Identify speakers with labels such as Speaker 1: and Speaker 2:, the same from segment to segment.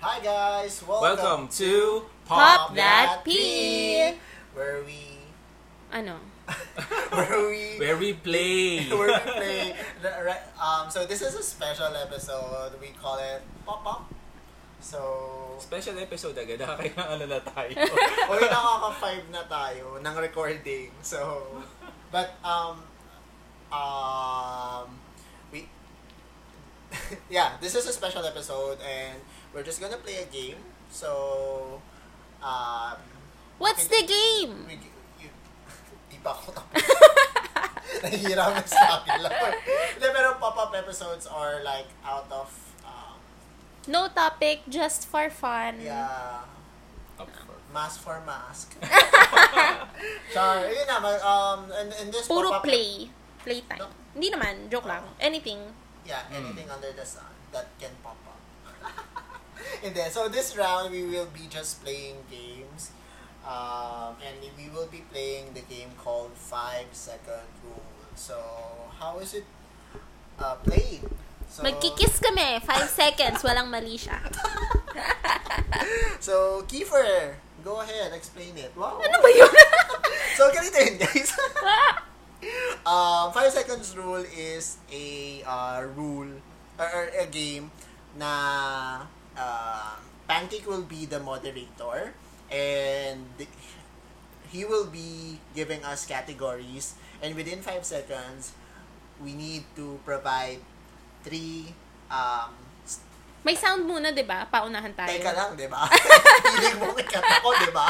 Speaker 1: Hi guys, welcome,
Speaker 2: Welcome to
Speaker 1: Pop
Speaker 2: Pop.
Speaker 1: That
Speaker 3: That
Speaker 1: P,
Speaker 3: P.
Speaker 1: where we
Speaker 3: Ano?
Speaker 1: where we
Speaker 2: Where we play.
Speaker 1: where we play. the- right, Um, so this is a special episode. We call it Pop Pop. So,
Speaker 2: Special episode agad. Nakakailangan na tayo.
Speaker 1: Uy, nakaka-five na tayo ng recording. So, but, um, um, we, yeah, this is a special episode and we're just gonna play a game. So, um,
Speaker 3: What's the game?
Speaker 1: we, you, di ba ako tapos? Nahihirapan sa akin lang. Hindi, pero pop-up episodes are like out of, um,
Speaker 3: No topic, just for fun.
Speaker 1: yeah,
Speaker 2: Up for-
Speaker 1: Mask for mask. Char, yun na, mag- um, and, and this
Speaker 3: Puro
Speaker 1: pop-up-
Speaker 3: play. Playtime.
Speaker 1: No.
Speaker 3: Hindi naman, joke lang. Anything.
Speaker 1: Yeah, anything under the sun that can pop up. and then, so this round, we will be just playing games. Um, and we will be playing the game called Five Second Rule. So, how is it uh, played? So,
Speaker 3: Magkikiss kami. Five seconds. Walang mali siya.
Speaker 1: So, Kiefer, go ahead, explain it. Wow.
Speaker 3: Ano ba yun?
Speaker 1: So, ganito yun, guys. um, five seconds rule is a uh, rule or, or a game na uh, Pancake will be the moderator and he will be giving us categories and within five seconds we need to provide three um, s-
Speaker 3: May sound muna, di ba? Paunahan tayo.
Speaker 1: Teka lang, di ba? Hiling mo ikat ako, di ba?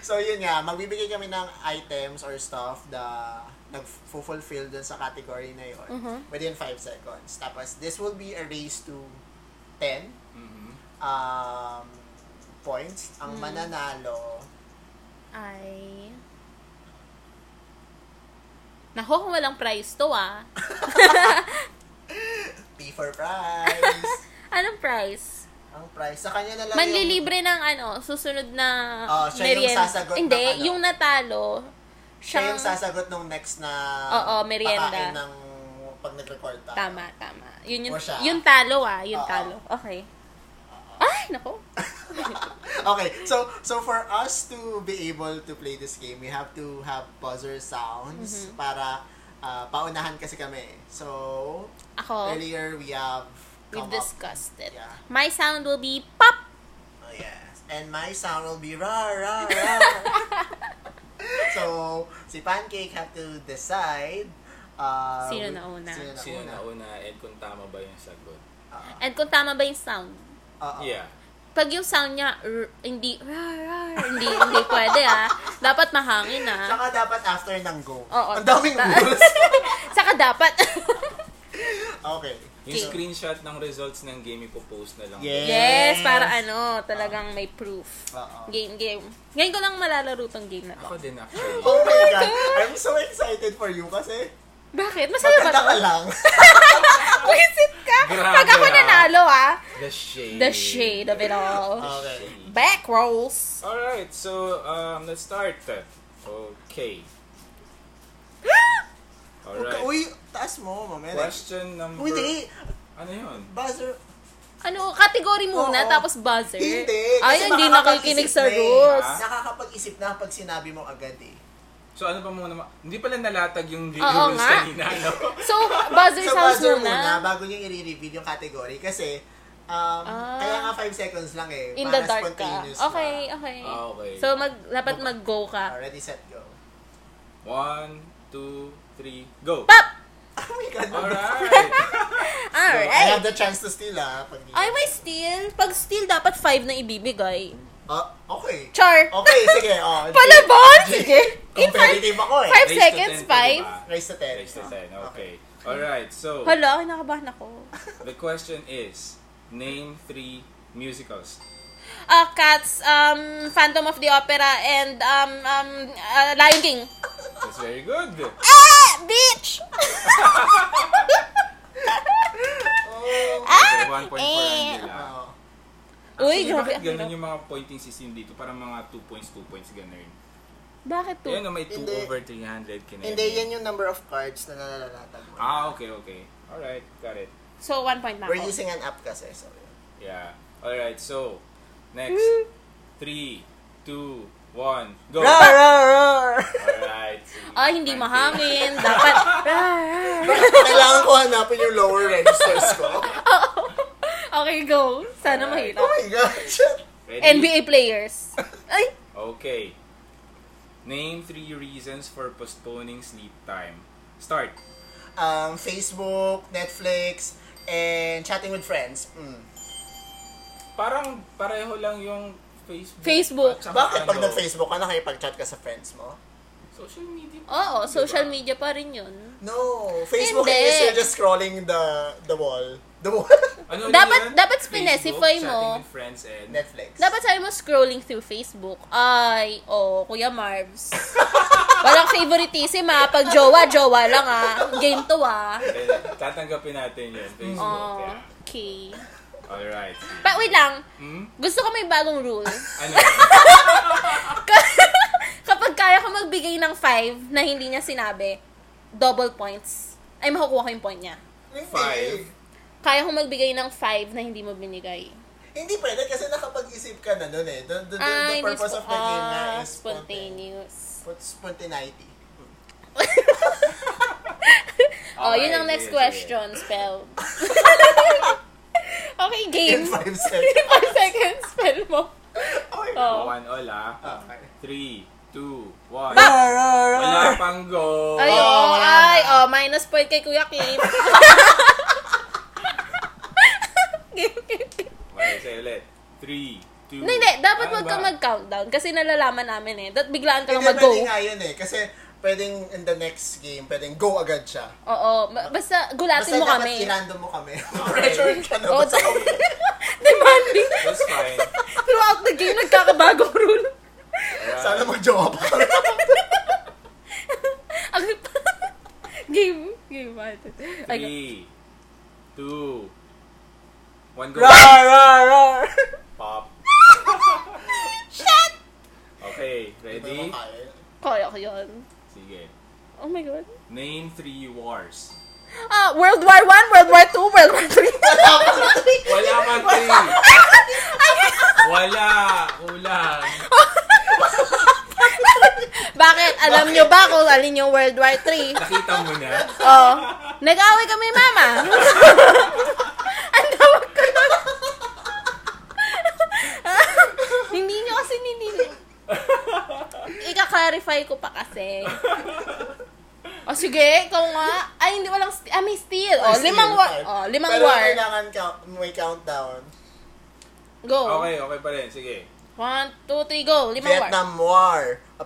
Speaker 1: so, yun nga. Magbibigay kami ng items or stuff na nag-fulfill dun sa category na yun
Speaker 3: Mhm.
Speaker 1: within 5 seconds. Tapos, this will be a race to 10
Speaker 2: Mhm.
Speaker 1: um, points. Ang
Speaker 3: Hmm.
Speaker 1: mananalo,
Speaker 3: Ay. Nako, walang prize to ah.
Speaker 1: pay for prize.
Speaker 3: Anong prize?
Speaker 1: ang prize. Sa kanya na lang
Speaker 3: Manlilibre ng ano, susunod na
Speaker 1: Oh, siya yung
Speaker 3: merien-
Speaker 1: sasagot ng
Speaker 3: Hindi,
Speaker 1: ano.
Speaker 3: yung natalo.
Speaker 1: Siya
Speaker 3: Siyang...
Speaker 1: yung sasagot nung next na
Speaker 3: Oo, merienda.
Speaker 1: pakain ng pag nag-record tayo.
Speaker 3: Tama, tama. Yun
Speaker 1: O
Speaker 3: yung,
Speaker 1: siya.
Speaker 3: yung talo ah, yung
Speaker 1: Oo.
Speaker 3: talo. Okay. Ay, nako.
Speaker 1: okay, so so for us to be able to play this game, we have to have buzzer sounds
Speaker 3: Mm-hmm.
Speaker 1: para uh, paunahan kasi kami. So
Speaker 3: Ako,
Speaker 1: earlier we have
Speaker 3: Oh. we've
Speaker 1: come up-
Speaker 3: discussed it.
Speaker 1: Yeah.
Speaker 3: My sound will be pop.
Speaker 1: Oh, yes. And my sound will be rah rah rah. so si Pancake have to decide uh,
Speaker 3: Sino
Speaker 1: with-
Speaker 3: na una?
Speaker 1: Sino na
Speaker 2: Sino
Speaker 1: una?
Speaker 2: na una and kung tama ba yung sagot?
Speaker 1: Oo.
Speaker 3: And kung tama ba yung sound?
Speaker 1: Oo.
Speaker 2: Yeah.
Speaker 3: Pag yung sound niya, r- hindi, rar, rar, hindi, hindi pwede ah. Dapat mahangin ah.
Speaker 1: Saka dapat after ng go.
Speaker 3: Oo.
Speaker 1: Ang daming
Speaker 3: Ta-
Speaker 1: rules.
Speaker 3: Saka dapat.
Speaker 1: okay.
Speaker 2: Yung
Speaker 3: Okay.
Speaker 2: screenshot ng results ng game, ipopost na lang.
Speaker 1: Yeah. Yes.
Speaker 3: yes, para ano, talagang may proof.
Speaker 1: Oo.
Speaker 3: Game, game. Ngayon ko lang malalaro tong game na to.
Speaker 2: Ako din actually.
Speaker 1: Oh my God.
Speaker 3: God.
Speaker 1: I'm so excited for you kasi
Speaker 3: Bakit? Masaya ba
Speaker 1: maganda
Speaker 3: to?
Speaker 1: ka lang.
Speaker 3: Wisit ka!
Speaker 2: Grabe,
Speaker 3: Pag ako
Speaker 2: ah.
Speaker 3: nanalo ah,
Speaker 2: The shade.
Speaker 3: the shade of it all.
Speaker 1: Okay.
Speaker 3: Back rolls.
Speaker 2: Alright, so um, let's start. Okay. Alright.
Speaker 1: Uy, taas mo, mamaya.
Speaker 2: Question number...
Speaker 1: Uy, hindi.
Speaker 2: Ano yun?
Speaker 1: Buzzer.
Speaker 3: Ano, category muna,
Speaker 1: Oo.
Speaker 3: tapos buzzer.
Speaker 1: Hindi. kasi
Speaker 3: Ay, hindi
Speaker 1: makakapag-isip
Speaker 3: nakikinig sa
Speaker 1: na eh.
Speaker 3: rules.
Speaker 2: Ah.
Speaker 1: Nakakapag-isip na pag sinabi mo agad eh.
Speaker 2: So ano pa muna? ma- Hindi pala nalatag yung di-
Speaker 3: Oo
Speaker 2: rules
Speaker 3: nga.
Speaker 2: kanina, no?
Speaker 3: So, buzzer
Speaker 1: So,
Speaker 3: sounds
Speaker 1: buzzer muna,
Speaker 3: muna.
Speaker 1: bago niya i-reveal yung category. Kasi, um,
Speaker 3: Ah.
Speaker 1: kaya nga 5 seconds lang eh.
Speaker 3: In
Speaker 1: para
Speaker 3: the dark ka.
Speaker 1: spontaneous
Speaker 3: Okay, okay.
Speaker 2: Ah, okay.
Speaker 3: So, mag, dapat mag-go ka.
Speaker 1: Already set, go.
Speaker 2: One, two, three, go!
Speaker 3: Pop!
Speaker 1: Oh my God.
Speaker 2: Alright!
Speaker 1: I have
Speaker 3: Alright.
Speaker 1: the chance to steal ah. Pag
Speaker 3: Ay, may steal. Pag steal, dapat 5 na ibibigay.
Speaker 1: Oh, okay.
Speaker 3: Char!
Speaker 1: Okay, sige. Oh,
Speaker 3: Palabon! Sige. In five,
Speaker 1: Competitive ako eh.
Speaker 3: five
Speaker 2: Raise to
Speaker 3: seconds,
Speaker 2: 10 pa,
Speaker 3: five.
Speaker 2: diba?
Speaker 1: Raise Ah. to 10.
Speaker 2: Raise to 10, okay. Alright, so
Speaker 3: Hala, nakabahan ako.
Speaker 2: the question is, name three musicals.
Speaker 3: Ah, Cats, um, Phantom of the Opera, and um, um, ah, Lion King.
Speaker 2: That's very good.
Speaker 1: Eh,
Speaker 3: Ah! Bitch!
Speaker 1: Oh.
Speaker 2: Okay, one point for
Speaker 3: eh.
Speaker 2: Angela.
Speaker 1: Oh.
Speaker 2: Actually,
Speaker 3: Uy, grabe.
Speaker 2: Bakit ganun yung mga pointing system dito? Parang mga 2 points, 2 points, ganun.
Speaker 3: Bakit to?
Speaker 2: Yan, may 2
Speaker 1: Hindi.
Speaker 2: over 300 kinaya.
Speaker 1: Hindi, yan yung number of cards na nalalatag mo.
Speaker 2: Ah, okay, okay. Alright, got it.
Speaker 3: So, one point na
Speaker 1: We're
Speaker 3: ako.
Speaker 1: using an app kasi, so yun.
Speaker 2: Yeah. Alright, so, next.
Speaker 3: Hmm?
Speaker 2: Three, two, one, go!
Speaker 1: Roar, roar, roar!
Speaker 2: Alright. sige.
Speaker 3: Ay, hindi
Speaker 2: Thank you.
Speaker 3: mahangin. Dapat, rar, rar.
Speaker 1: Kailangan ko hanapin yung lower registers ko.
Speaker 3: Okay, go. Sana
Speaker 2: Alright.
Speaker 1: Oh
Speaker 3: mahirap.
Speaker 1: my God. shit.
Speaker 2: Ready?
Speaker 3: NBA players. Ay,
Speaker 2: Okay. Name three reasons for postponing sleep time. Start.
Speaker 1: Um, Facebook, Netflix, and chatting with friends. Mm.
Speaker 2: Parang pareho lang yung Facebook.
Speaker 3: Facebook.
Speaker 2: at saka
Speaker 1: Bakit pag
Speaker 2: ano,
Speaker 1: nag-Facebook ka, nakipag-chat ka sa friends mo?
Speaker 2: Social media. pa
Speaker 3: oo,
Speaker 2: rin,
Speaker 3: social
Speaker 2: diba?
Speaker 3: media pa rin yun.
Speaker 1: No, Facebook
Speaker 3: Hindi.
Speaker 1: is you're just scrolling the the wall. The wall.
Speaker 2: Ano yun?
Speaker 3: Dapat- dapat
Speaker 2: Facebook,
Speaker 3: specify mo.
Speaker 2: chatting with friends and...
Speaker 1: Netflix.
Speaker 3: Dapat sabi mo scrolling through Facebook. Ay, oh, Kuya Marvs. Walang favoritism ha. Pag jowa, jowa lang ha. Game to ha.
Speaker 2: Eh, Tatanggapin natin yun. Facebook.
Speaker 3: Oh,
Speaker 2: Yeah.
Speaker 3: okay.
Speaker 2: Alright. sige.
Speaker 3: Pa, wait lang.
Speaker 2: Hmm?
Speaker 3: Gusto ko may bagong rule.
Speaker 2: Ano?
Speaker 3: Kapag kaya ko magbigay ng 5 na hindi niya sinabi, double points. Ay, makukuha ko yung point niya.
Speaker 1: Hindi.
Speaker 2: Five.
Speaker 3: Kaya ko magbigay ng 5 na hindi mo binigay.
Speaker 1: Hindi pwede kasi nakapag-isip ka na nun eh. The, the, the,
Speaker 3: Ah,
Speaker 1: the
Speaker 3: hindi
Speaker 1: purpose
Speaker 3: spo-
Speaker 1: of the game na
Speaker 3: ah,
Speaker 1: is
Speaker 3: spontaneous.
Speaker 1: spontan- Spontaneity. Ah,
Speaker 3: Oh, yun ang
Speaker 2: Alright,
Speaker 3: next
Speaker 2: sige,
Speaker 3: question, spell. okay,
Speaker 1: In
Speaker 3: game.
Speaker 1: 5 seconds.
Speaker 3: 5 seconds, spell mo.
Speaker 1: Okay.
Speaker 3: Oh.
Speaker 2: One all ah.
Speaker 1: Okay.
Speaker 2: Three, two, one.
Speaker 3: Ah!
Speaker 1: Roar, roar, roar.
Speaker 2: Wala pang go.
Speaker 3: Ay,
Speaker 1: Oo,
Speaker 3: oh,
Speaker 1: wala
Speaker 3: ay,
Speaker 1: na.
Speaker 3: oh, minus point kay Kuya Kim. game, game, game.
Speaker 2: Okay, say ulit. Three, two.
Speaker 3: Hindi, hindi. Dapat
Speaker 2: Ano
Speaker 3: huwag kang
Speaker 2: ba?
Speaker 3: mag-countdown kasi nalalaman namin eh. Dapat biglaan ka lang
Speaker 1: Hindi
Speaker 3: mag-go.
Speaker 1: pwede nga yun eh. Kasi pwedeng in the next game, pwedeng go agad siya.
Speaker 3: Oo. ma- Basta
Speaker 1: Basta
Speaker 3: gulatin mo
Speaker 1: dapat
Speaker 3: kami.
Speaker 1: i-random mo kami. Pressure ka na.
Speaker 3: Oh,
Speaker 1: Basta
Speaker 3: demanding.
Speaker 2: That's fine.
Speaker 3: Throughout the game, nagkakabagong rule.
Speaker 2: Alright.
Speaker 1: Sana mag-jowa pa kami.
Speaker 3: Ang game. Game. Okay.
Speaker 2: Three, two, one go.
Speaker 1: Roar, roar, roar.
Speaker 2: Pop. Okay, ready?
Speaker 3: Kaya ko yun.
Speaker 2: Sige.
Speaker 3: Oh my God.
Speaker 2: Name three wars.
Speaker 3: Ah, World War One, World War Two, World War Three.
Speaker 2: Wala pa three. Wala. Kulang.
Speaker 3: Bakit? Alam nyo ba kung alin yung World War Three?
Speaker 2: Nakita mo na.
Speaker 3: Oh. Nag-away kami, Mama. Ang tawag ko nun. hindi nyo kasi hindi nyo. Ika-clarify ko pa kasi. O sige, ikaw nga. Ay, hindi, walang, st- ah, may steel. O, limang war. O, limang
Speaker 1: Pero
Speaker 3: war.
Speaker 1: kailangan count, may countdown.
Speaker 3: Go.
Speaker 2: Okay, okay pa rin. Sige.
Speaker 3: One, two, three, go. Limang war.
Speaker 1: Vietnam War,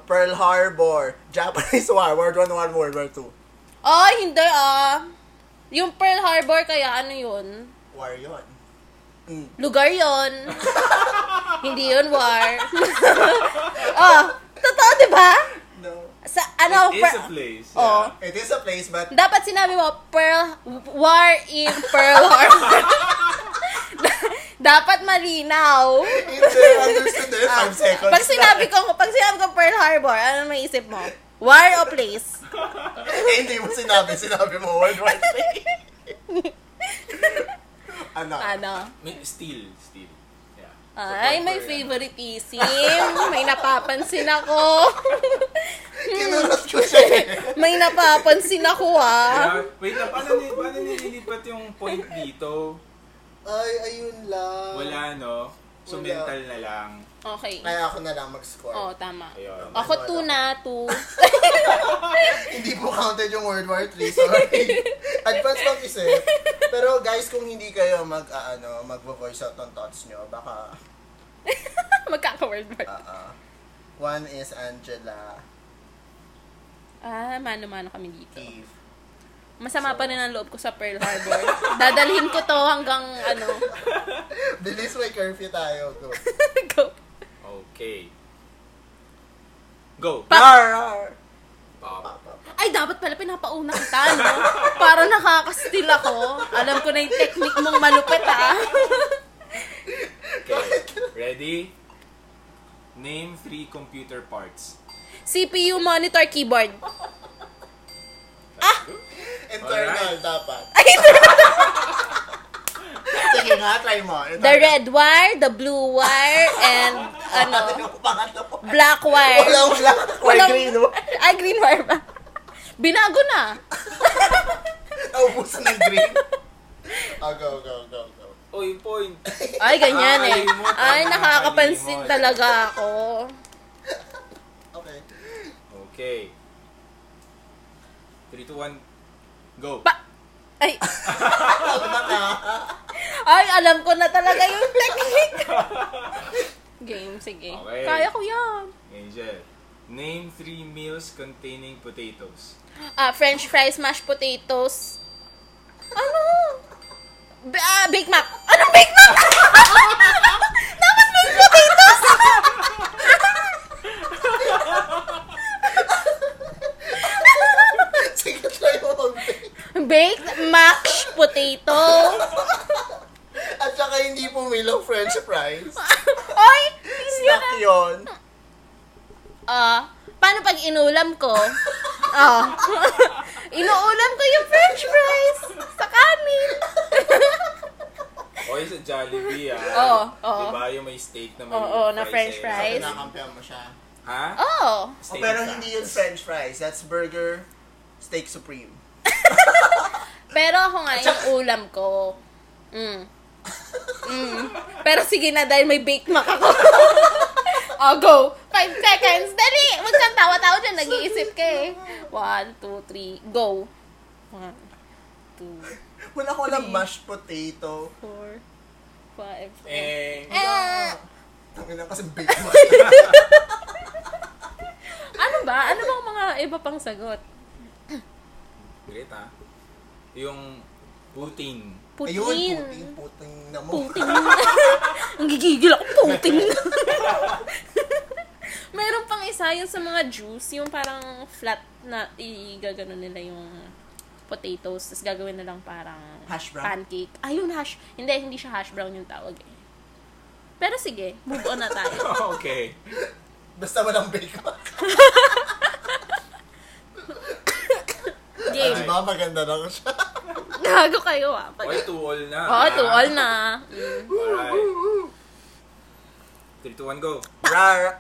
Speaker 1: Pearl Harbor, Japanese War, World War One, World War Two.
Speaker 3: Oh, hindi ah. Yung Pearl Harbor kaya ano yun?
Speaker 1: War yun.
Speaker 3: Lugar yon. Hindi yon war. oh, totoo, di ba?
Speaker 1: No.
Speaker 3: Sa ano,
Speaker 2: It is
Speaker 3: Pearl-
Speaker 2: a place.
Speaker 3: Oo.
Speaker 2: yeah.
Speaker 1: It is a place but
Speaker 3: dapat sinabi mo, Pearl, war in Pearl Harbor. dapat malinaw.
Speaker 1: Hindi I understood the five seconds.
Speaker 3: Ah, Pag sinabi ko, pag sinabi ko Pearl Harbor, ano may isip mo? War o place?
Speaker 1: Eh, hindi mo sinabi, sinabi mo World War III. ano?
Speaker 3: Ano?
Speaker 2: May steel. Steel. Yeah.
Speaker 3: Ay,
Speaker 2: So,
Speaker 3: may
Speaker 2: Korea.
Speaker 3: favoritism. May napapansin ako.
Speaker 1: Kinurot ko siya eh.
Speaker 3: may napapansin ako ah.
Speaker 2: Yeah. Wait lang, paano, ni- paano nililipat yung point dito?
Speaker 1: Ay, ayun lang.
Speaker 2: Wala, no? So,
Speaker 1: Wala.
Speaker 2: mental na lang.
Speaker 3: Okay.
Speaker 1: Kaya ako na lang mag-score.
Speaker 3: Oo, tama.
Speaker 2: Ayun.
Speaker 3: Ako two na, two.
Speaker 1: Hindi po counted yung World War III, sorry. Advance lang isip. Pero guys, kung hindi kayo mag, ah, ano, mag-voice out ng thoughts nyo, baka,
Speaker 3: Magkaka-world war.
Speaker 1: ah, ah. one is Angela,
Speaker 3: Ah, mano-mano kami dito.
Speaker 1: Eve.
Speaker 3: Masama pa rin ang loob ko sa Pearl Harbor. Dadalhin ko to hanggang ano.
Speaker 1: Bilis may curfew tayo. Go.
Speaker 3: Go.
Speaker 2: Okay. Go.
Speaker 3: Pa-
Speaker 1: Rar, rar.
Speaker 2: Pop.
Speaker 3: Ay, dapat pala pinapauna kita, no? Para nakakastil ako. Alam ko na yung technique mong malupit, ah.
Speaker 2: Okay. Ready? Name three computer parts.
Speaker 3: CPU, monitor, keyboard.
Speaker 1: Internal
Speaker 2: Alright.
Speaker 1: dapat.
Speaker 3: Ay,
Speaker 1: Sige, Sige nga, try mo. Ito,
Speaker 3: The red wire, the blue wire, and ano,
Speaker 1: Ano? Pangatlo.
Speaker 3: black wire.
Speaker 1: Wala, wala. Wala
Speaker 3: Walang-
Speaker 1: green, no?
Speaker 3: Ay, green wire ba? Binago na.
Speaker 1: Naubusan ng green. Oh, go, go, go, go.
Speaker 2: Oh, yung point.
Speaker 3: Ay, ganyan eh.
Speaker 2: Nakakalimot,
Speaker 3: Ay, nakakapansin
Speaker 2: nakakalimot.
Speaker 3: talaga ako.
Speaker 1: Okay.
Speaker 2: Okay. 3, 2, 1, go.
Speaker 3: Pa- Ay,
Speaker 1: Ano ba ka?
Speaker 3: ay, alam ko na talaga yung technique. Game, sige.
Speaker 2: Okay.
Speaker 3: Kaya ko yan.
Speaker 2: Angel, name three meals containing potatoes.
Speaker 3: Ah, french fries, mashed potatoes. Ano? B- ah, Big Mac. Anong Big Mac? Dapat mashed potatoes.
Speaker 1: Sige, try mo mag-bake.
Speaker 3: Baked mashed potato.
Speaker 1: At saka hindi pumilong french fries.
Speaker 3: Oy!
Speaker 1: Snack yun.
Speaker 3: Ah, paano pag inulam ko? Ah. inuulam ko yung french fries sa kanin.
Speaker 2: O yung sa Oh, Jollibee, ah.
Speaker 3: Oo, oo.
Speaker 2: Diba yung may steak na may
Speaker 3: Oo, na french fries.
Speaker 1: Kinakampihan mo siya.
Speaker 2: Ha?
Speaker 3: Oh.
Speaker 1: Oh,
Speaker 2: Steak
Speaker 1: pero
Speaker 2: ka.
Speaker 1: hindi yun french fries. That's burger, steak supreme.
Speaker 3: Pero ako nga, yung ulam ko. Mm. Mm. Pero sige na, dahil may bake mac ako. I'll go. Five seconds. Dali! Huwag kang tawa-tawa dyan. Nag-iisip ka eh. One, two, three. Go. One, two,
Speaker 1: Wala ko lang mashed potato.
Speaker 3: four, five.
Speaker 2: Eh,
Speaker 3: Eh,
Speaker 1: Tangin na kasi bake mo.
Speaker 3: ano ba? Ano bang mga iba pang sagot?
Speaker 2: great ha. Yung puting.
Speaker 3: Putin.
Speaker 1: Ayun, puting, puting na mo.
Speaker 3: Puting. Ang gigigil ako, puting. Meron pang isa yung sa mga juice, yung parang flat na igagano nila yung potatoes, tapos gagawin nilang parang
Speaker 1: Hash brown?
Speaker 3: pancake. Ay, yung hash. Hindi, hindi siya hash brown yung tawag eh. Pero sige, move on na tayo.
Speaker 2: okay.
Speaker 1: Basta walang bake mo.
Speaker 3: Game.
Speaker 1: Di ba maganda na ko siya?
Speaker 3: Gago kayo ah.
Speaker 2: O
Speaker 3: Pag-
Speaker 2: two all na.
Speaker 3: Oo, to all na.
Speaker 2: Alright. 3, 2, 1, go.
Speaker 1: Rar.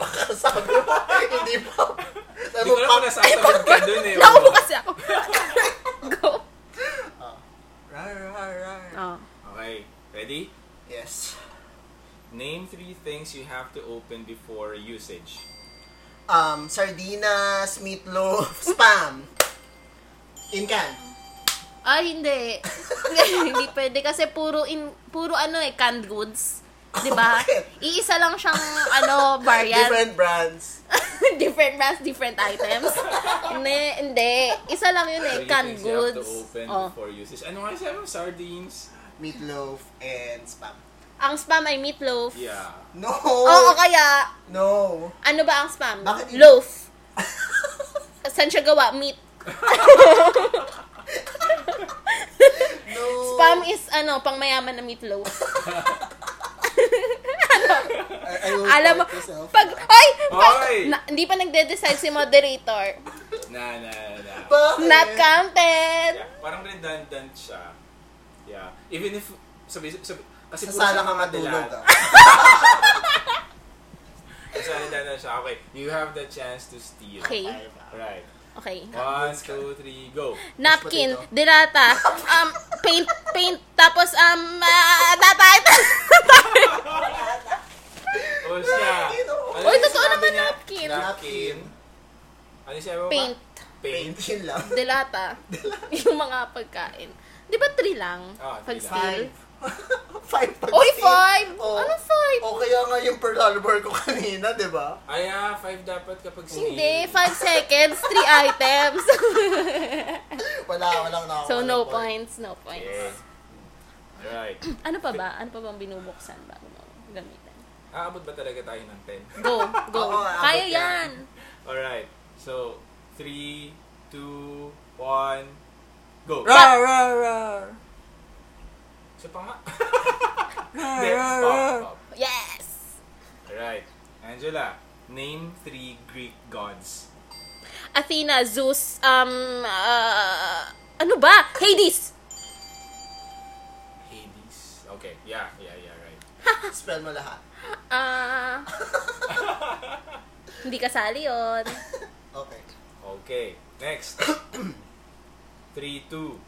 Speaker 1: Pakasabi mo. Hindi pa.
Speaker 2: Hindi ko alam kung nasasagot ka dun eh.
Speaker 3: Naupo kasi ako. Go.
Speaker 1: Rar, rar, rar.
Speaker 3: Oh.
Speaker 2: Okay, ready?
Speaker 1: Yes.
Speaker 2: Name three things you have to open before usage.
Speaker 1: Um, sardinas, meatloaf, spam. In can.
Speaker 3: Ay, hindi. hindi pwede kasi puro in, puro ano eh, canned goods. 'Di ba?
Speaker 1: Bakit?
Speaker 3: Iisa lang siyang ano, variant.
Speaker 1: Different brands.
Speaker 3: Different, brands, different items. hindi, hindi. Isa lang yun eh,
Speaker 2: Three
Speaker 3: canned
Speaker 2: things you have to
Speaker 3: goods.
Speaker 2: open
Speaker 3: Oh.
Speaker 2: before usage. Ano nga sabi mo? Sardines?
Speaker 1: Meatloaf and spam.
Speaker 3: Ang spam ay meatloaf.
Speaker 2: Yeah.
Speaker 1: No!
Speaker 3: Oo, kaya
Speaker 1: No!
Speaker 3: ano ba ang spam?
Speaker 1: Oh. Bakit-
Speaker 3: Loaf. Saan siya gawa? Meat.
Speaker 1: No!
Speaker 3: Spam is ano, pangmayaman na meatloaf.
Speaker 1: I, I will
Speaker 3: Alam mo,
Speaker 1: fight myself.
Speaker 3: pag, ay, pag,
Speaker 2: Oy!
Speaker 3: na- hindi pa nagde-decide si moderator.
Speaker 2: Na, na, na.
Speaker 1: Bakit?
Speaker 3: Not counted.
Speaker 2: Yeah, parang redundant siya. Yeah. Even if, sabi, sabi, kasi
Speaker 1: Sa
Speaker 2: puro
Speaker 1: sala
Speaker 2: siya
Speaker 1: ka
Speaker 2: nakadilat.
Speaker 1: matulog ah.
Speaker 2: Sa redundant siya. Okay, you have the chance to steal.
Speaker 3: Okay.
Speaker 2: Right.
Speaker 3: Okay.
Speaker 2: One, two, three, go. Oh,
Speaker 3: Napkin,
Speaker 1: Mas
Speaker 3: dilata, um, paint, paint, tapos, um, ah, tatay,
Speaker 2: O siya.
Speaker 1: Napkin, oh. oo.
Speaker 2: Ano
Speaker 3: Uy,
Speaker 2: yung
Speaker 3: totoo
Speaker 2: sinabi
Speaker 3: naman
Speaker 2: niya?
Speaker 3: napkin.
Speaker 2: Napkin. Ano yung sabi mo?
Speaker 3: Paint,
Speaker 2: Paint.
Speaker 1: Paint yun lang.
Speaker 3: dilata, yung mga pagkain. Di ba three lang?
Speaker 2: Ah,
Speaker 3: pag
Speaker 2: three lang.
Speaker 3: steal?
Speaker 1: five pag
Speaker 3: Oy,
Speaker 1: steal.
Speaker 3: five!
Speaker 1: Oh.
Speaker 3: Ano five?
Speaker 1: O kaya nga yung Pearl Harbor ko kanina, di ba?
Speaker 2: Ay, ah, five dapat kapag sinabi.
Speaker 3: Hindi, five seconds, three items.
Speaker 1: Wala, walang na
Speaker 3: so, no points, no points.
Speaker 2: Yes. Alright.
Speaker 3: Ano pa ba? Ano pa bang binubuksan bago mo gamitan?
Speaker 2: Aabot ba talaga tayo ng 10?
Speaker 3: Go, go.
Speaker 1: Oo, aabot
Speaker 3: Kaya
Speaker 1: yan.
Speaker 3: yan.
Speaker 2: Alright. So, 3, 2, 1, go.
Speaker 1: Rar, rar, rar.
Speaker 2: Isa pa nga.
Speaker 1: Rar,
Speaker 2: Hindi.
Speaker 1: rar, rar.
Speaker 2: Pop, pop.
Speaker 3: Yes!
Speaker 2: Alright. Angela, name three Greek gods.
Speaker 3: Athena, Zeus, um, uh, ah, ano ba? Hades!
Speaker 2: Hades. Yeah, yeah, yeah, right.
Speaker 1: Spell mo lahat.
Speaker 3: Ah, hindi kasali yun.
Speaker 1: Okay.
Speaker 2: okay, next. Three, two,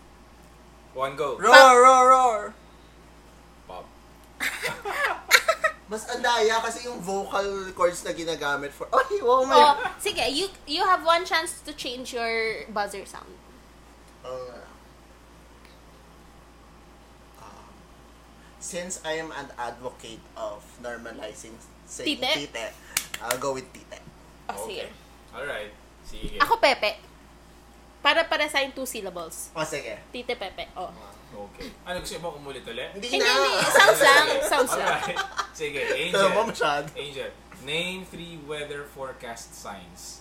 Speaker 2: one, go.
Speaker 1: Roar, roar, roar.
Speaker 2: Pop.
Speaker 1: Mas andaya kasi yung vocal chords na ginagamit for... Ay, wow, my...
Speaker 3: Oh, sige, you you have one chance to change your buzzer sound.
Speaker 1: Uh, um, since I am an advocate of normalizing saying
Speaker 3: Tite?
Speaker 1: tite, I'll go with tite.
Speaker 3: Oh, sige.
Speaker 2: Okay. Alright. Sige.
Speaker 3: Ako Pepe. Para para sa yung two syllables.
Speaker 1: O, sige.
Speaker 3: Tite Pepe. Oh.
Speaker 2: Okay. Ano gusto mo kumulit ulit?
Speaker 1: Hindi
Speaker 3: Hindi,
Speaker 1: na.
Speaker 3: hindi. Sounds lang.
Speaker 2: Sige.
Speaker 3: Sounds lang.
Speaker 2: Alright. Sige,
Speaker 1: Tama
Speaker 2: Angel.
Speaker 1: masyad.
Speaker 2: Angel, name three weather forecast signs.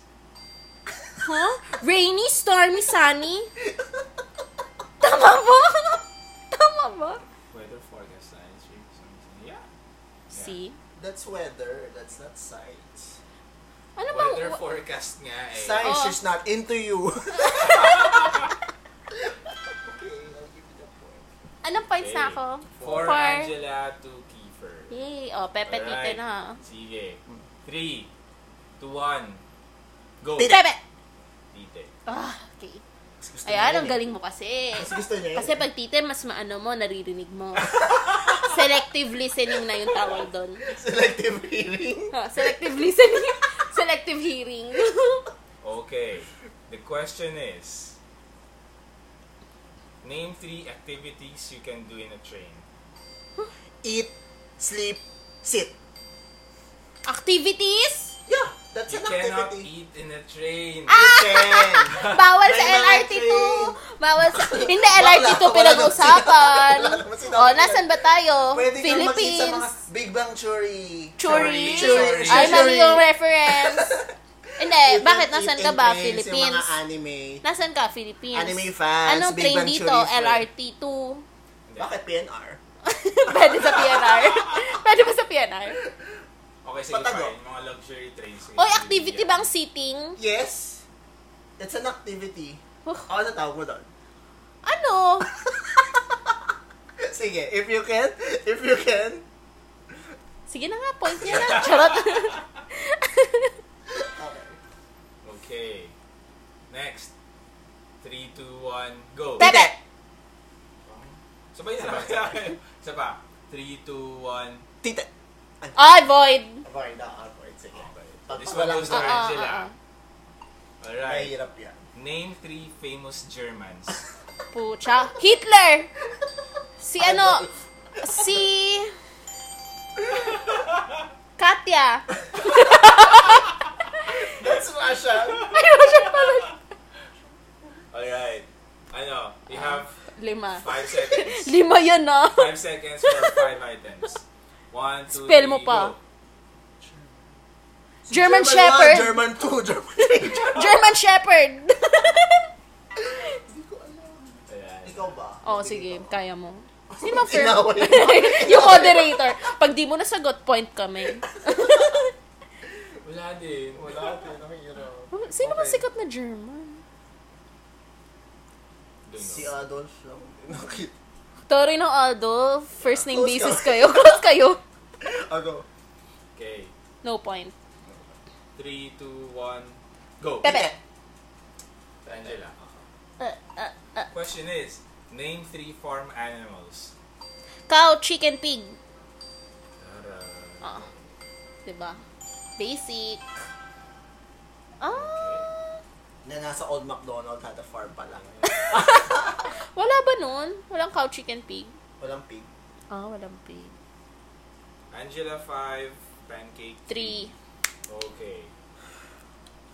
Speaker 3: Huh? Rainy, stormy, sunny. Tama ba? Tama ba?
Speaker 2: Weather forecast signs. three, something. Yeah.
Speaker 3: See?
Speaker 1: That's weather. That's not science.
Speaker 3: Ano bang...
Speaker 2: Weather forecast nga eh.
Speaker 1: Science
Speaker 3: Oh.
Speaker 1: is not into you. okay, I'll give you the point.
Speaker 3: Anong points na ako?
Speaker 2: For
Speaker 3: Four.
Speaker 2: Angela to Kiefer.
Speaker 3: Yay. Oh, Pepe
Speaker 2: Alright.
Speaker 3: Tite na. ha?
Speaker 2: Sige. Three, two, one, go.
Speaker 1: Tite.
Speaker 3: Pepe!
Speaker 2: Tite.
Speaker 3: Ah, okay.
Speaker 1: Mas gusto niya
Speaker 3: Ayan,
Speaker 1: yun
Speaker 3: ang
Speaker 1: eh.
Speaker 3: galing mo kasi.
Speaker 1: Mas gusto niya
Speaker 3: Kasi pag tite, mas maano mo, naririnig mo. Selective listening na yung tawag doon.
Speaker 1: Selective hearing.
Speaker 3: Ah, Selective listening. Selective hearing.
Speaker 2: Okay. The question is, name three activities you can do in a train.
Speaker 1: Eat, sleep, sit.
Speaker 3: Activities?
Speaker 1: Yeah, that's
Speaker 2: You
Speaker 1: an
Speaker 2: cannot
Speaker 1: activity.
Speaker 2: eat in a train.
Speaker 1: You can.
Speaker 3: Ah! Bawal sa
Speaker 1: May mga
Speaker 3: LRT2.
Speaker 1: train.
Speaker 3: Bawal sa... Hindi,
Speaker 1: Wala,
Speaker 3: LRT2
Speaker 1: wala
Speaker 3: pinag-usapan.
Speaker 1: nang sinabi. Wala nang sinabi
Speaker 3: O,
Speaker 1: yan.
Speaker 3: nasan ba tayo?
Speaker 1: Pwede kang mag-eat sa mga
Speaker 3: Oh, Philippines.
Speaker 1: Big Bang Churi.
Speaker 3: Churi.
Speaker 1: Churi.
Speaker 3: Ay, mali
Speaker 1: Churi.
Speaker 3: yung reference. Hindi,
Speaker 1: You can
Speaker 3: Eh, bakit
Speaker 1: eat
Speaker 3: nasan
Speaker 1: in
Speaker 3: ka ba?
Speaker 1: trains,
Speaker 3: Philippines.
Speaker 1: Yung mga anime.
Speaker 3: Nasan ka? Philippines.
Speaker 1: Anime fans,
Speaker 3: Anong
Speaker 1: Big
Speaker 3: train
Speaker 1: Bang
Speaker 3: dito?
Speaker 1: Theory fan.
Speaker 3: LRT2.
Speaker 1: Bakit PNR?
Speaker 3: Pwede sa PNR. Pwede ba sa PNR?
Speaker 2: Okay, sige
Speaker 1: Patago.
Speaker 2: fine. Mga luxury trains. sige,
Speaker 3: Oy,
Speaker 2: sige,
Speaker 3: activity
Speaker 2: bigyan.
Speaker 3: bang sitting?
Speaker 1: Yes. That's an activity.
Speaker 3: Huh.
Speaker 1: Ano tawag mo doon?
Speaker 3: Ano?
Speaker 1: Sige, if you can, if you can.
Speaker 3: Sige na nga, point niya na. Charot.
Speaker 1: Okay.
Speaker 2: Okay. Next. 3, 2, 1, go.
Speaker 3: Pepe!
Speaker 2: Sabay na lang. Isa pa. 3, 2, 1.
Speaker 1: Tita.
Speaker 3: Ay, void.
Speaker 1: Okay, nakaka-point. Sige. Pag
Speaker 2: This one
Speaker 1: walang-
Speaker 2: goes to
Speaker 3: Ah, ah,
Speaker 2: Angela.
Speaker 3: ah, ah.
Speaker 2: Alright.
Speaker 1: Mahirap yan.
Speaker 2: Name three famous Germans.
Speaker 3: Pucha. Hitler! Si ano? Si... Katya.
Speaker 1: That's Russian.
Speaker 2: Alright. Ano, you have
Speaker 3: Lima.
Speaker 2: five seconds.
Speaker 3: Lima yun, ah.
Speaker 2: Five seconds for five items. One, two,
Speaker 3: Spell
Speaker 2: three,
Speaker 3: mo pa.
Speaker 2: go.
Speaker 3: German
Speaker 1: one,
Speaker 3: Shepherd.
Speaker 1: German 2, German 3.
Speaker 3: German Shepherd.
Speaker 2: Alright.
Speaker 1: Ikaw ba?
Speaker 3: oh, sige. Kaya mo. Sino bang firm?
Speaker 1: Inaway
Speaker 3: yung moderator. Pag di mo nasagot, point kami.
Speaker 2: Wala din. Wala din.
Speaker 3: Sino bang
Speaker 2: Okay.
Speaker 3: sikat na German?
Speaker 2: Don't
Speaker 1: Si
Speaker 2: know.
Speaker 1: Adolf lang. Nakit.
Speaker 3: Tori ng Aldo, first name
Speaker 1: Close
Speaker 3: basis
Speaker 1: ka.
Speaker 3: kayo. Close kayo.
Speaker 1: Ako.
Speaker 2: Okay.
Speaker 3: No point.
Speaker 2: Three, two, one, go.
Speaker 3: Pepe.
Speaker 2: Angela.
Speaker 3: Uh, uh, uh.
Speaker 2: Question is, name three farm animals.
Speaker 3: Cow, chicken, pig.
Speaker 2: Tara.
Speaker 3: Ah. Diba? Basic. Ah,
Speaker 1: Na nasa Old MacDonald had a farm pa lang.
Speaker 3: wala ba nun? Walang cow, chicken, pig?
Speaker 1: Walang pig.
Speaker 3: Ah, walang pig.
Speaker 2: Angela, five. Pancake.
Speaker 3: Three.
Speaker 2: Okay.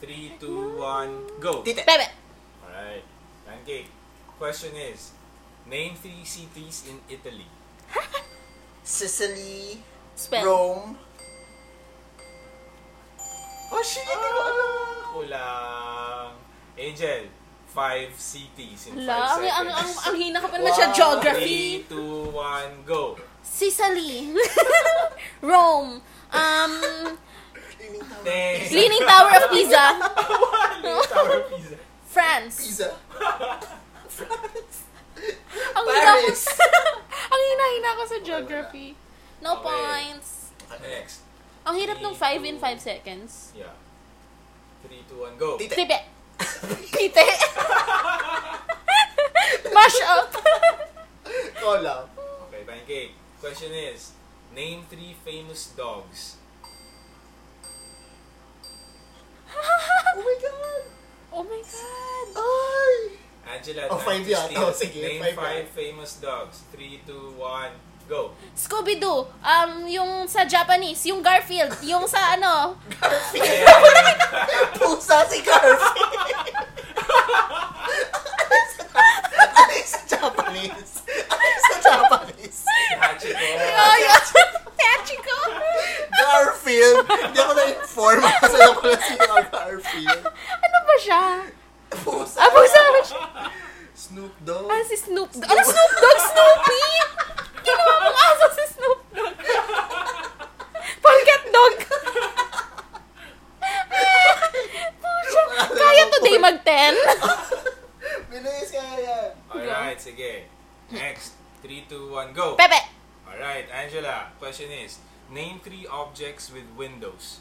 Speaker 2: Three, two, one, go.
Speaker 1: Tite.
Speaker 3: Pepe.
Speaker 2: Alright. Pancake. Question is, name three cities in Italy.
Speaker 1: Sicily.
Speaker 3: Spell.
Speaker 1: Rome. Oh, shit! Hindi ko alam.
Speaker 2: Kulang. Angel, five cities in
Speaker 3: Wala.
Speaker 2: five
Speaker 3: Ang, ang, ang,
Speaker 2: seconds.
Speaker 3: ang hina ka pa naman sa
Speaker 1: Wow.
Speaker 3: geography.
Speaker 2: Three, two, one, go.
Speaker 3: Sicily. Rome. Um,
Speaker 2: Ten.
Speaker 3: Leaning Tower of Pisa.
Speaker 2: Tower of Pisa.
Speaker 3: France.
Speaker 1: Pizza.
Speaker 3: Ang hina ko,
Speaker 1: Paris.
Speaker 3: ang Ang hina-hina ko sa geography.
Speaker 2: Okay.
Speaker 3: No points.
Speaker 2: Next.
Speaker 3: Ang hirap nung 5 in 5 seconds.
Speaker 2: Yeah. 3, 2, 1, go!
Speaker 1: Tite.
Speaker 3: Tipe. Pite. Mash up.
Speaker 1: Cola.
Speaker 2: Okay, pancake. Question is, name three famous dogs.
Speaker 1: Oh my God!
Speaker 3: oh my God.
Speaker 1: Ay!
Speaker 2: Angela,
Speaker 1: Oh, five
Speaker 2: time to
Speaker 1: yata.
Speaker 2: steal.
Speaker 1: Oh, sige,
Speaker 2: Name
Speaker 1: five
Speaker 2: five,
Speaker 1: yata.
Speaker 2: famous dogs. 3, 2, 1, go!
Speaker 3: Scooby-Doo. Um, yung sa Japanese. Yung Garfield. Yung sa ano.
Speaker 1: Garfield!
Speaker 2: Yeah.
Speaker 1: Pusa si Garfield! Ano yung sa Japanese? Ano yung sa Japanese?
Speaker 2: Hachiko!
Speaker 3: Oh, yun. Tachiko.
Speaker 1: Garfield! Hindi ako na-inform kasi ako na sino ang Garfield.
Speaker 3: Ano ba siya?
Speaker 1: Pusa!
Speaker 3: Abo sa ba siya?
Speaker 1: Snoop Dogg!
Speaker 3: Ah, si Snoop Dogg. Ano Snoop Dogg? Snoopy! Ginawa mong aso si Snoop Dogg. Pangkat Dogg. Pucha. Kaya today mag-10?
Speaker 1: Bilis kaya yan!
Speaker 2: Alright, sige. Next. 3, 2, 1, go!
Speaker 3: Pepe.
Speaker 2: Alright, Angela, question is, name three objects with windows.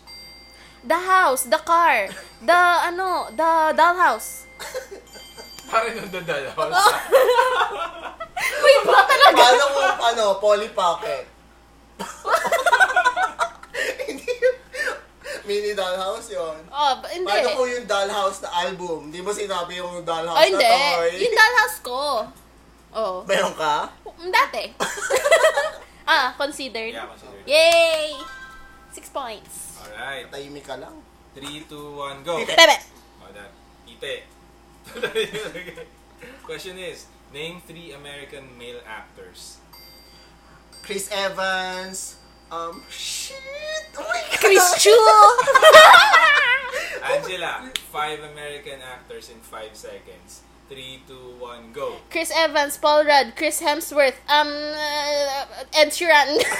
Speaker 3: The house, the car, the ano, the dollhouse.
Speaker 2: Parang yung dadalaw.
Speaker 3: Wait, ba talaga?
Speaker 1: Paano mo, ano, Polly Pocket? Hindi yun. Mini dollhouse yun.
Speaker 3: Oh, ba- hindi.
Speaker 1: Paano kung yung dollhouse na album? Hindi mo sinabi yung dollhouse
Speaker 3: Oh, hindi.
Speaker 1: na toy?
Speaker 3: Yung dollhouse ko. Oh. Mm,
Speaker 1: Meron ka?
Speaker 3: Dati. ah, considered.
Speaker 2: yeah, consider.
Speaker 3: Yay! Six points.
Speaker 2: Alright.
Speaker 1: Tahimik ka lang.
Speaker 2: 3, 2, 1, go!
Speaker 3: Pepe.
Speaker 2: Oh, that. Ite. Question is, name three American male actors.
Speaker 1: Chris Evans. Um, shit! Oh my God!
Speaker 3: Chris Chu!
Speaker 2: Angela, five American actors in five seconds. Three, two, one, go.
Speaker 3: Chris Evans, Paul Rudd, Chris Hemsworth, um, uh, Ed Sheeran.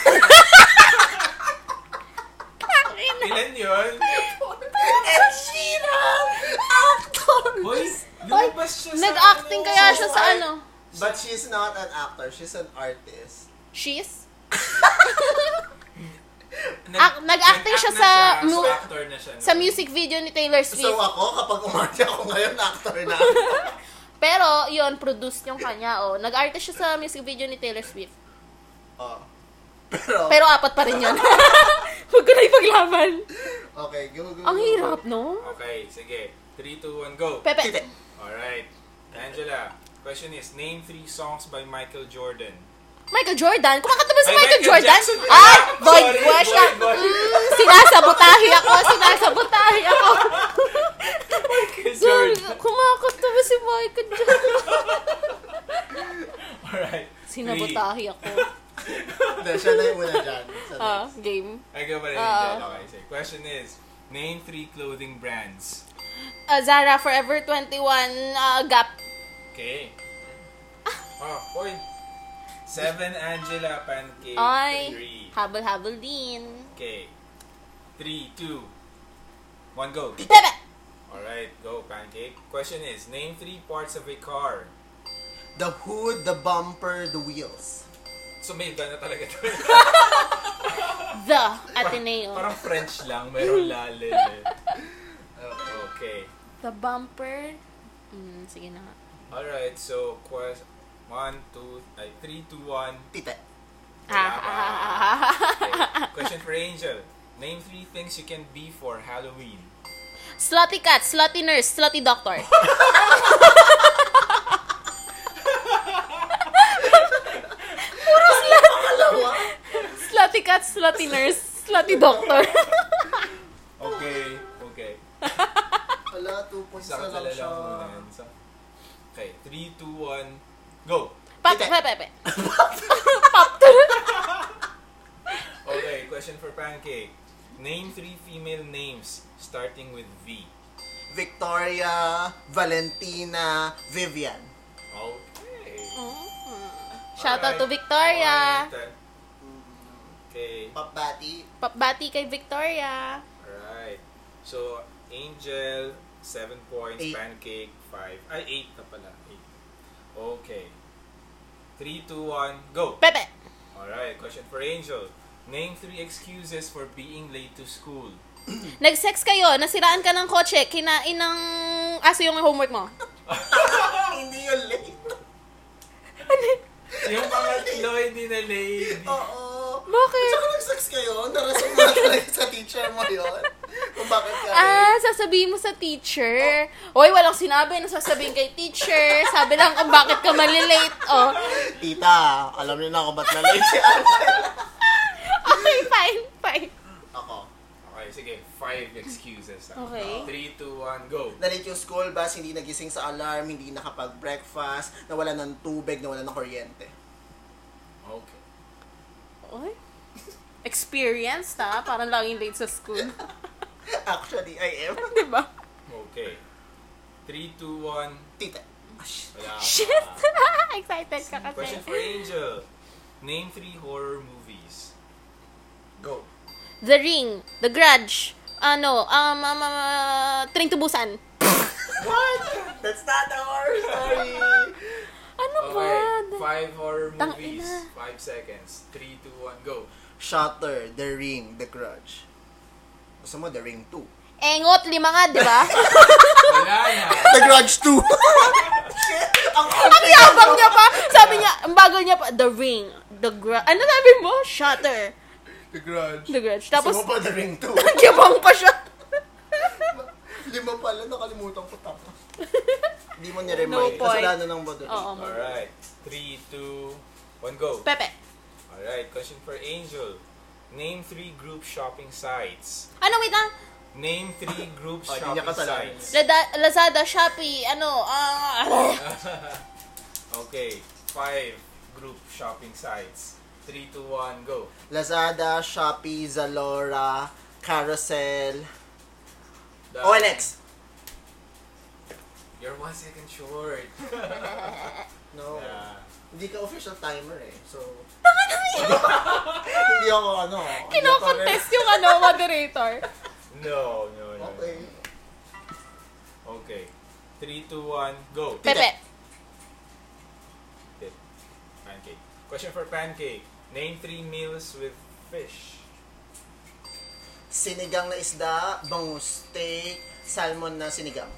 Speaker 2: Ilan yun?
Speaker 3: Ed Sheeran! Actor!
Speaker 2: Hoy, lumabas siya sa
Speaker 3: Nag-acting
Speaker 2: ano.
Speaker 3: kaya siya sa
Speaker 1: Ay.
Speaker 3: ano?
Speaker 1: But she's not an actor. She's an artist.
Speaker 3: She's?
Speaker 2: Nag-
Speaker 3: Ac- nag-acting siya
Speaker 2: nag-act na
Speaker 3: sa
Speaker 2: siya,
Speaker 3: mu-
Speaker 2: so actor na siya.
Speaker 3: Sa music video ni Taylor
Speaker 1: So uh,
Speaker 3: Swift.
Speaker 1: ako, kapag umarte ako ngayon, actor na.
Speaker 3: Pero, yon produced yung kanya, oh. Nag-artist siya sa music video ni Taylor Swift.
Speaker 1: oh. Pero,
Speaker 3: Pero apat pa rin yun. Huwag ko na ipaglaban.
Speaker 1: okay, go, go, go.
Speaker 3: Ang hirap, no?
Speaker 2: Okay, sige. Three, two, one, go.
Speaker 1: Tite.
Speaker 3: Pepe.
Speaker 2: Alright. Angela, question is, name three songs by Michael Jordan.
Speaker 3: Michael Jordan? Kumakanta ba
Speaker 2: Ay,
Speaker 3: si Michael
Speaker 2: Michael
Speaker 3: Jordan?
Speaker 2: Jackson pala.
Speaker 3: Ah, boy,
Speaker 2: Sorry,
Speaker 3: crush ka.
Speaker 2: boy, boy.
Speaker 3: Mm, sinasabotahe ako, sinasabotahe ako.
Speaker 2: Michael
Speaker 3: Jordan, kumakanta ba si Michael Jordan?
Speaker 2: Alright.
Speaker 3: Sinabotahe ako.
Speaker 1: Hindi, siya na yung una dyan. Sa
Speaker 3: Ah, game.
Speaker 2: I go pa rin
Speaker 3: Oo.
Speaker 2: dyan. Okay, sige. Question is, name three clothing brands.
Speaker 3: Ah, Zara Forever 21 ah, Gap.
Speaker 2: Okay. Oh, oy. Seven Angela Pancake.
Speaker 3: Ay,
Speaker 2: Three.
Speaker 3: habol-habol din.
Speaker 2: Okay. Three, two, one, go.
Speaker 3: Pepe!
Speaker 2: Alright, go, Pancake. Question is, name three parts of a car.
Speaker 1: The hood, the bumper, the wheels.
Speaker 2: So, may iba na talaga to.
Speaker 3: The Ateneo.
Speaker 2: Parang French lang, mayroong lalim. eh. Okay.
Speaker 3: The bumper. Mm, sige na nga.
Speaker 2: Alright, so, quest one, two, ay, three, two, one.
Speaker 1: Tite.
Speaker 3: Ah, ah, ah, ah, ah.
Speaker 2: Question for Angel. Name three things you can be for Halloween.
Speaker 3: Slutty cat, slutty nurse, slutty doctor. Puro slut. Slutty cat, slutty nurse, slutty doctor.
Speaker 2: Okay. Okay.
Speaker 1: Wala, two points
Speaker 2: Isa
Speaker 1: na
Speaker 2: ka
Speaker 1: lang
Speaker 2: talaga
Speaker 1: siya.
Speaker 2: ako muna yan. Isa. Okay. 3, 2, 1, go!
Speaker 3: Pap, pap, pap, pap. Pap, tuloy.
Speaker 2: Okay, question for Pancake. Name three female names starting with V.
Speaker 1: Victoria, Valentina, Vivian.
Speaker 2: Okay.
Speaker 3: Shout out to
Speaker 2: Alright.
Speaker 3: Victoria.
Speaker 2: Alright. Okay.
Speaker 1: Papati.
Speaker 3: Papbati kay Victoria.
Speaker 2: Alright. So, Angel, 7 points.
Speaker 1: Eight.
Speaker 2: Pancake, 5. Ay, 8 na pala. 8. Okay. 3, 2, 1, go!
Speaker 3: Pepe.
Speaker 2: Alright, question for Angel. Name three excuses for being late to school.
Speaker 3: Nag-sex kayo, nasiraan ka ng kotse, kinain ng aso yung homework mo.
Speaker 1: Hindi yun late.
Speaker 2: Yung pangatlo, hindi na late.
Speaker 1: Oo.
Speaker 3: Bakit?
Speaker 1: Tsaka nag-sex kayo, narasan mo na talaga sa teacher mo yun. Kung bakit ka
Speaker 3: Ah, sasabihin mo sa teacher. Hoy, walang sinabi na sasabihin kay teacher. Sabi lang kung bakit ka malilate. Oh.
Speaker 1: late. Tita, alam niyo na ako ba't na late si Alfred.
Speaker 3: Okay, fine, fine.
Speaker 1: Ako.
Speaker 2: Okay, sige. Five excuses. ah.
Speaker 3: Okay.
Speaker 2: Three, two, one, go.
Speaker 1: Na-late yung school bus, hindi nagising sa alarm, hindi nakapag-breakfast, nawala ng tubig, nawala ng kuryente.
Speaker 2: Okay.
Speaker 3: Oy. Experienced, ha? Parang laging late sa school.
Speaker 1: Actually, I am.
Speaker 3: Di ba?
Speaker 2: Okay. Three, two, one.
Speaker 1: Tita. Ash.
Speaker 2: Wala pa.
Speaker 3: Shit! Excited ka kasi.
Speaker 2: Question for Angel. Name three horror movies. Oh, Go.
Speaker 3: The Ring, The Grudge, ano, um, um, um, uh, Train to Busan.
Speaker 1: What? That's not the horror story.
Speaker 3: Ano
Speaker 2: Okay.
Speaker 3: ba?
Speaker 2: Five horror
Speaker 3: Tang
Speaker 2: movies.
Speaker 3: ina.
Speaker 2: Five seconds. Three, two, one, go.
Speaker 1: Shutter, The Ring, The Grudge. Gusto mo, The Ring 2.
Speaker 3: Engot, lima nga, di ba?
Speaker 2: Wala na.
Speaker 1: The Grudge 2! Shit! Ang
Speaker 3: Ang yabang niya pa. Sabi niya, ang bagal niya pa, The Ring, The Grudge. Ano sabi mo? Shutter,
Speaker 2: The Grudge.
Speaker 3: The Grudge.
Speaker 1: Tapos,
Speaker 3: Tapos,
Speaker 1: Gusto mo pa The Ring 2?
Speaker 3: yabang pa siya.
Speaker 1: Lima pala, nakalimutan ko tapos. Hindi mo niremind.
Speaker 3: No point.
Speaker 1: Kasalanan ng bado.
Speaker 3: Oo, mo.
Speaker 2: Alright. Three, two, one, go.
Speaker 3: Pepe.
Speaker 2: Alright. Question for Angel. Name three group shopping sites.
Speaker 3: Ano, wait lang.
Speaker 2: Name three group
Speaker 1: Oh, di niya
Speaker 2: shopping
Speaker 1: kasalanan.
Speaker 2: sites.
Speaker 3: Lada- Lazada, Shopee, ano, ah,
Speaker 2: okay, five group shopping sites. Three, two, one, go.
Speaker 1: Lazada, Shopee, Zalora, Carousel,
Speaker 2: The-
Speaker 1: OLX.
Speaker 2: You're one second short. Oh.
Speaker 1: No.
Speaker 2: Yeah.
Speaker 1: Hindi ka official timer eh. So, hindi ako ano. hindi ako-
Speaker 3: kinokontest yung ano, moderator.
Speaker 2: No, no, no.
Speaker 1: Okay.
Speaker 2: Okay. Three, two, one, go.
Speaker 3: Pepe.
Speaker 2: Pancake. Question for Pancake. Name three meals with fish.
Speaker 1: Sinigang na isda, bangus steak, salmon na sinigang.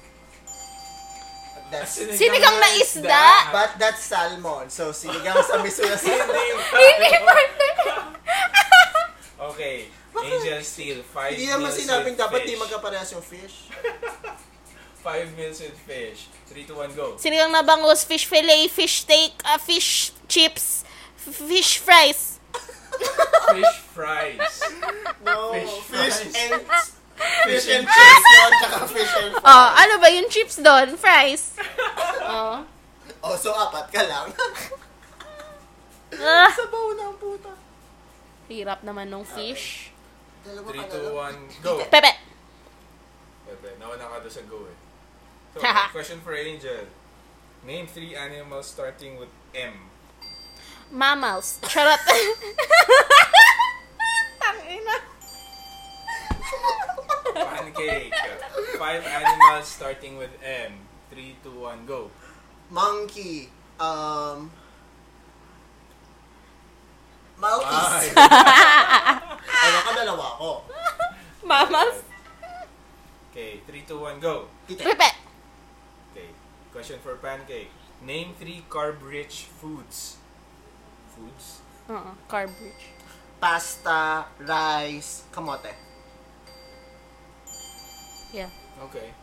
Speaker 1: That's
Speaker 3: Sinigang na isda?
Speaker 1: But that's salmon. So, sinigang sa miso na sinigang.
Speaker 3: Hindi parte.
Speaker 2: Okay. Angel Steel. Five
Speaker 1: Hindi naman
Speaker 2: meals
Speaker 1: sinabing
Speaker 2: with
Speaker 1: dapat
Speaker 2: fish.
Speaker 1: di magkaparehas yung fish.
Speaker 2: Five meals with fish. Three, two, one, go.
Speaker 3: Sinigang na bangus, fish fillet, fish steak, ah, fish chips, f- fish fries.
Speaker 2: Fish fries.
Speaker 1: No,
Speaker 2: Fish
Speaker 1: fish
Speaker 2: fries.
Speaker 1: and fish and chips yun, tsaka fish and fries.
Speaker 3: Oh, ano ba yung chips doon? Fries. Oh.
Speaker 1: Oh, so apat ka lang.
Speaker 3: Ah,
Speaker 1: Sabaw na ang puta.
Speaker 3: hirap naman nung fish.
Speaker 1: Dalawa
Speaker 2: Three,
Speaker 1: ka na
Speaker 2: two,
Speaker 1: lang.
Speaker 2: one, go.
Speaker 3: Pepe.
Speaker 2: Pepe, nauna ka doon sa go eh. So,
Speaker 3: Haha.
Speaker 2: question for Angel. Name three animals starting with M.
Speaker 3: Mammals. Charot. Tangina.
Speaker 2: Pancake. Five animals starting with M. Three, two, one, go.
Speaker 1: Monkey. Um, Maltese.
Speaker 2: Five.
Speaker 1: Ano ka dalawa ko?
Speaker 3: Mammals.
Speaker 2: Okay, three, two, one, go.
Speaker 1: Tita.
Speaker 3: Pepe.
Speaker 2: Okay. Question for Pancake. Name three carb-rich foods. Foods?
Speaker 3: Oo, carb rich.
Speaker 1: Pasta, rice, kamote.
Speaker 3: Yeah.
Speaker 2: Okay.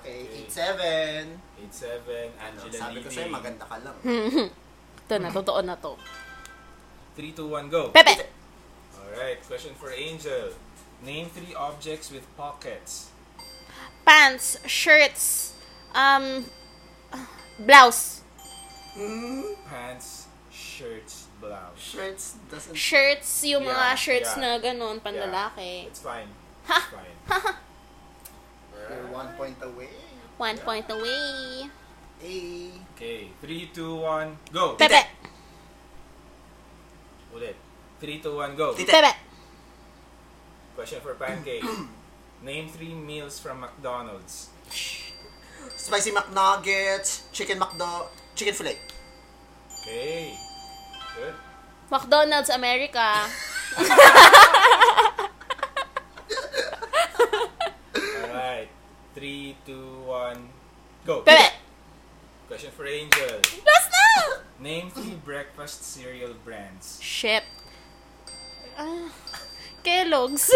Speaker 1: Okay,
Speaker 2: Okay.
Speaker 1: 8-7.
Speaker 2: Eight, seven.
Speaker 1: Ano, Sabi
Speaker 2: Angela
Speaker 1: ko
Speaker 2: leading.
Speaker 1: sa'yo, maganda ka lang.
Speaker 3: Hmm. Ito na, totoo na to.
Speaker 2: Three, two, one, go.
Speaker 3: Hmm. Pepe.
Speaker 2: Alright, question for Angel. Name three objects with pockets.
Speaker 3: Pants, shirts, um, blouse.
Speaker 2: Pants, shirts,
Speaker 1: Hmm,
Speaker 2: blouse.
Speaker 1: Shirts doesn't...
Speaker 3: Shirts, yung mga
Speaker 2: Yeah,
Speaker 3: shirts
Speaker 2: yeah.
Speaker 3: na ganun, panlalaki.
Speaker 2: It's fine.
Speaker 3: Ha?
Speaker 2: It's fine.
Speaker 1: You're one point away.
Speaker 3: One point away.
Speaker 1: Hey.
Speaker 2: Okay, three, two, one, go.
Speaker 3: Pepe.
Speaker 2: Ulit. Three, two, one, go.
Speaker 1: Tita.
Speaker 3: Pepe.
Speaker 2: Question for Pancake. Name three meals from McDonald's.
Speaker 1: Spicy McNuggets, chicken McDo, Chicken fillet.
Speaker 2: Okay. Good.
Speaker 3: McDonald's America.
Speaker 2: Alright. Three, two, one, go.
Speaker 3: Pepe!
Speaker 2: Question for Angel.
Speaker 3: Plus na!
Speaker 2: Name three breakfast cereal brands.
Speaker 3: Shit. Ah, Kellogg's.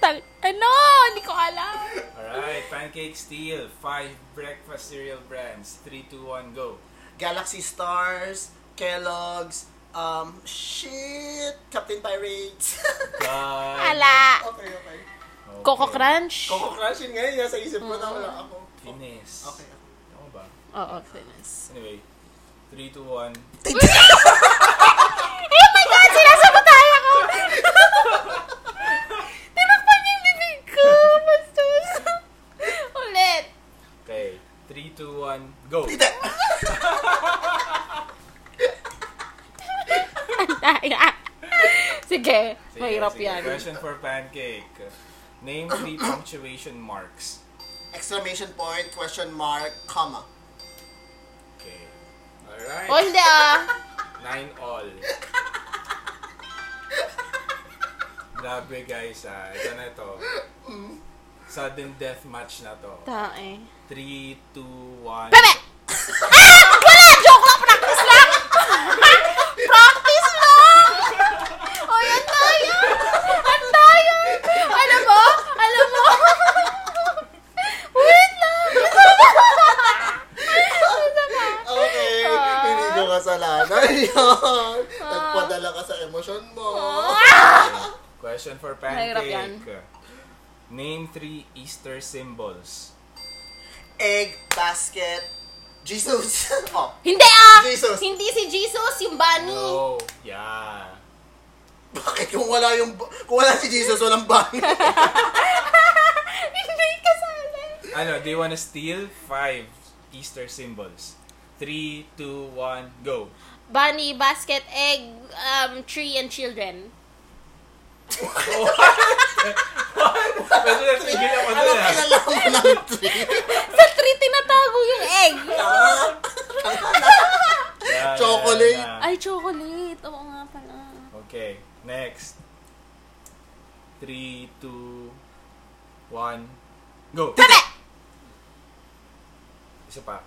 Speaker 3: Tang- ano? Hindi ko alam.
Speaker 2: Alright, Pancake Steel. Five breakfast cereal brands. Three, two, one, go.
Speaker 1: Galaxy Stars, Kellogg's, um, shit, Captain Pirates.
Speaker 2: God.
Speaker 3: Ala.
Speaker 1: okay, okay.
Speaker 2: Okay.
Speaker 3: Coco Crunch?
Speaker 1: Coco Crush yun ngayon, nasa isip ko na wala ako.
Speaker 2: Finis.
Speaker 1: Okay.
Speaker 2: Tama ba?
Speaker 3: Oo, fitness.
Speaker 2: Anyway. Three, two, one.
Speaker 3: Oh my God! Sinasabotaya ko! Tinakpan niya yung bibig ko! Bastos! Ulit!
Speaker 2: Okay. Three, two, one, go.
Speaker 1: Hindi!
Speaker 3: Daya. Sige,
Speaker 2: Sige,
Speaker 3: mahirap
Speaker 2: sige.
Speaker 3: yan.
Speaker 2: Question for Pancake. Name three punctuation marks.
Speaker 1: Exclamation point, question mark, comma.
Speaker 2: Okay. Alright.
Speaker 3: O hindi ah.
Speaker 2: Nine all. Grabe guys ah. Ito na ito. Sudden death match na to.
Speaker 3: Tae.
Speaker 2: 3, 2, 1.
Speaker 3: Bebe! Ah! Wala! Joke lang! Practice lang! Practice lang! O yan tayo! Ang tayo! Alam mo? Alam mo? Wait lang! Ano ba?
Speaker 1: Okay,
Speaker 3: Ah.
Speaker 1: hindi ko kasalanan yun. Nagpadala ka sa emosyon mo.
Speaker 3: Ah.
Speaker 2: Question for
Speaker 3: Mahirap yan.
Speaker 2: Pancake. Name three Easter symbols.
Speaker 1: Egg, basket, Jesus. oh,
Speaker 3: Hindi ah!
Speaker 1: Jesus.
Speaker 3: Hindi si Jesus, yung bunny!
Speaker 2: No. Oh, Yeah.
Speaker 1: bakit kung wala yung, kung wala si Jesus, walang bangin?
Speaker 3: Hindi kasali!
Speaker 2: Ano, do you wanna steal? Five Easter symbols. 3, 2, 1, go.
Speaker 3: Bunny, basket, egg, um, tree, and children.
Speaker 2: Medyo natigil
Speaker 1: Ano
Speaker 2: ako dun ah.
Speaker 1: Kailangan mo ng tree.
Speaker 3: Sa tree, tinatago yung egg.
Speaker 2: Yeah,
Speaker 1: Chocolate.
Speaker 2: yeah, yeah.
Speaker 3: Ay, chocolate. Oo nga pala.
Speaker 2: Okay, next. 3, 2, 1, go!
Speaker 3: Pepe!
Speaker 2: Isa pa.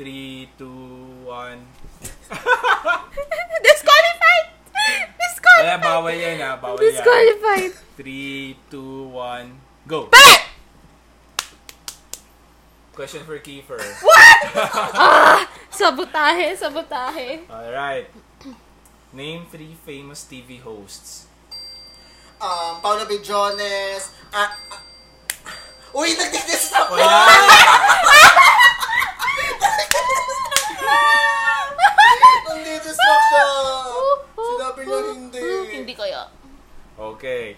Speaker 2: 3, 2, 1.
Speaker 3: Disqualified! Disqualified!
Speaker 2: Wala, bawal yan ah, bawal yan. 3,
Speaker 3: Disqualified.
Speaker 2: 2, 1, go!
Speaker 3: Pepe!
Speaker 2: Question for Kiefer.
Speaker 3: Sabotahe, sabotahe.
Speaker 2: Alright. Name three famous TV hosts.
Speaker 1: um, Paolo Bijones, ah, ah, uy, nagtitis ako!
Speaker 2: Wala!
Speaker 1: Nagtitis ako! Sinabi niya hindi.
Speaker 3: Hindi kaya.
Speaker 2: Okay.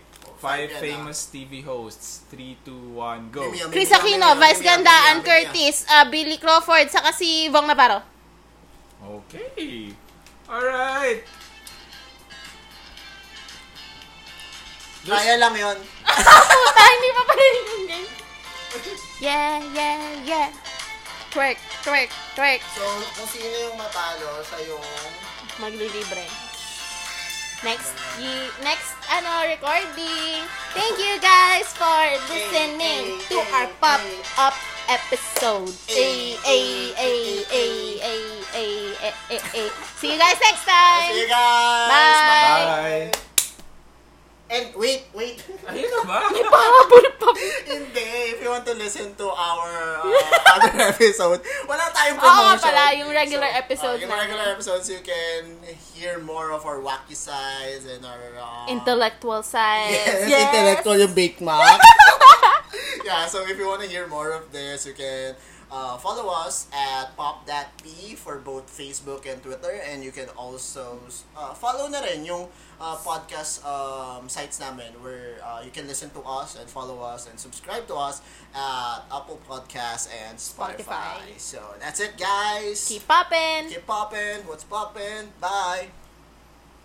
Speaker 1: Yan
Speaker 2: Five
Speaker 1: ah.
Speaker 2: famous TV hosts. 3, 2, 1, go!
Speaker 1: Yummy, yummy,
Speaker 3: Chris
Speaker 1: yummy,
Speaker 3: Aquino,
Speaker 1: yummy,
Speaker 3: Vice
Speaker 1: yummy,
Speaker 3: Gandaan,
Speaker 1: yummy,
Speaker 3: Curtis, ah, Billy Crawford, saka si Bong Navarro.
Speaker 2: Okay. Alright.
Speaker 1: yummy. Kaya lang yun.
Speaker 3: Puta, hindi pa pala yung game. Yeah, yeah, yeah. Twerk, twerk, twerk.
Speaker 1: So, kung sino yung matalo, siya yung...
Speaker 3: maglilibre. Next, ye, next, ano, recording. Thank you guys for listening to our pop up episode. Ay, ay, ay, ay, ay, ay, ay, ay, ay. See you guys next
Speaker 1: See you
Speaker 3: time.
Speaker 1: guys!
Speaker 3: Bye!
Speaker 2: Bye.
Speaker 1: And wait, wait.
Speaker 2: Ayun na ba?
Speaker 3: Pahabol pa.
Speaker 1: hindi, if you want to listen to our uh, other episode, wala tayong
Speaker 3: Oo nga
Speaker 1: promotion.
Speaker 3: pala, yung regular
Speaker 1: So, uh,
Speaker 3: episode
Speaker 1: Yung
Speaker 3: namin.
Speaker 1: regular episodes, you can hear more of our wacky sides and our... Uh,
Speaker 3: Intellectual side.
Speaker 1: Yes,
Speaker 3: Yes.
Speaker 1: intellectual yung Bake Mac. yeah, so if you want to hear more of this, you can uh, follow us at Pop That P for both Facebook and Twitter. And you can also uh, follow na rin yung uh, podcast um, sites namin where uh, you can listen to us and follow us and subscribe to us at Apple Podcasts and Spotify.
Speaker 3: Spotify.
Speaker 1: So that's it, guys.
Speaker 3: Keep poppin'.
Speaker 1: Keep poppin'. What's poppin'? Bye.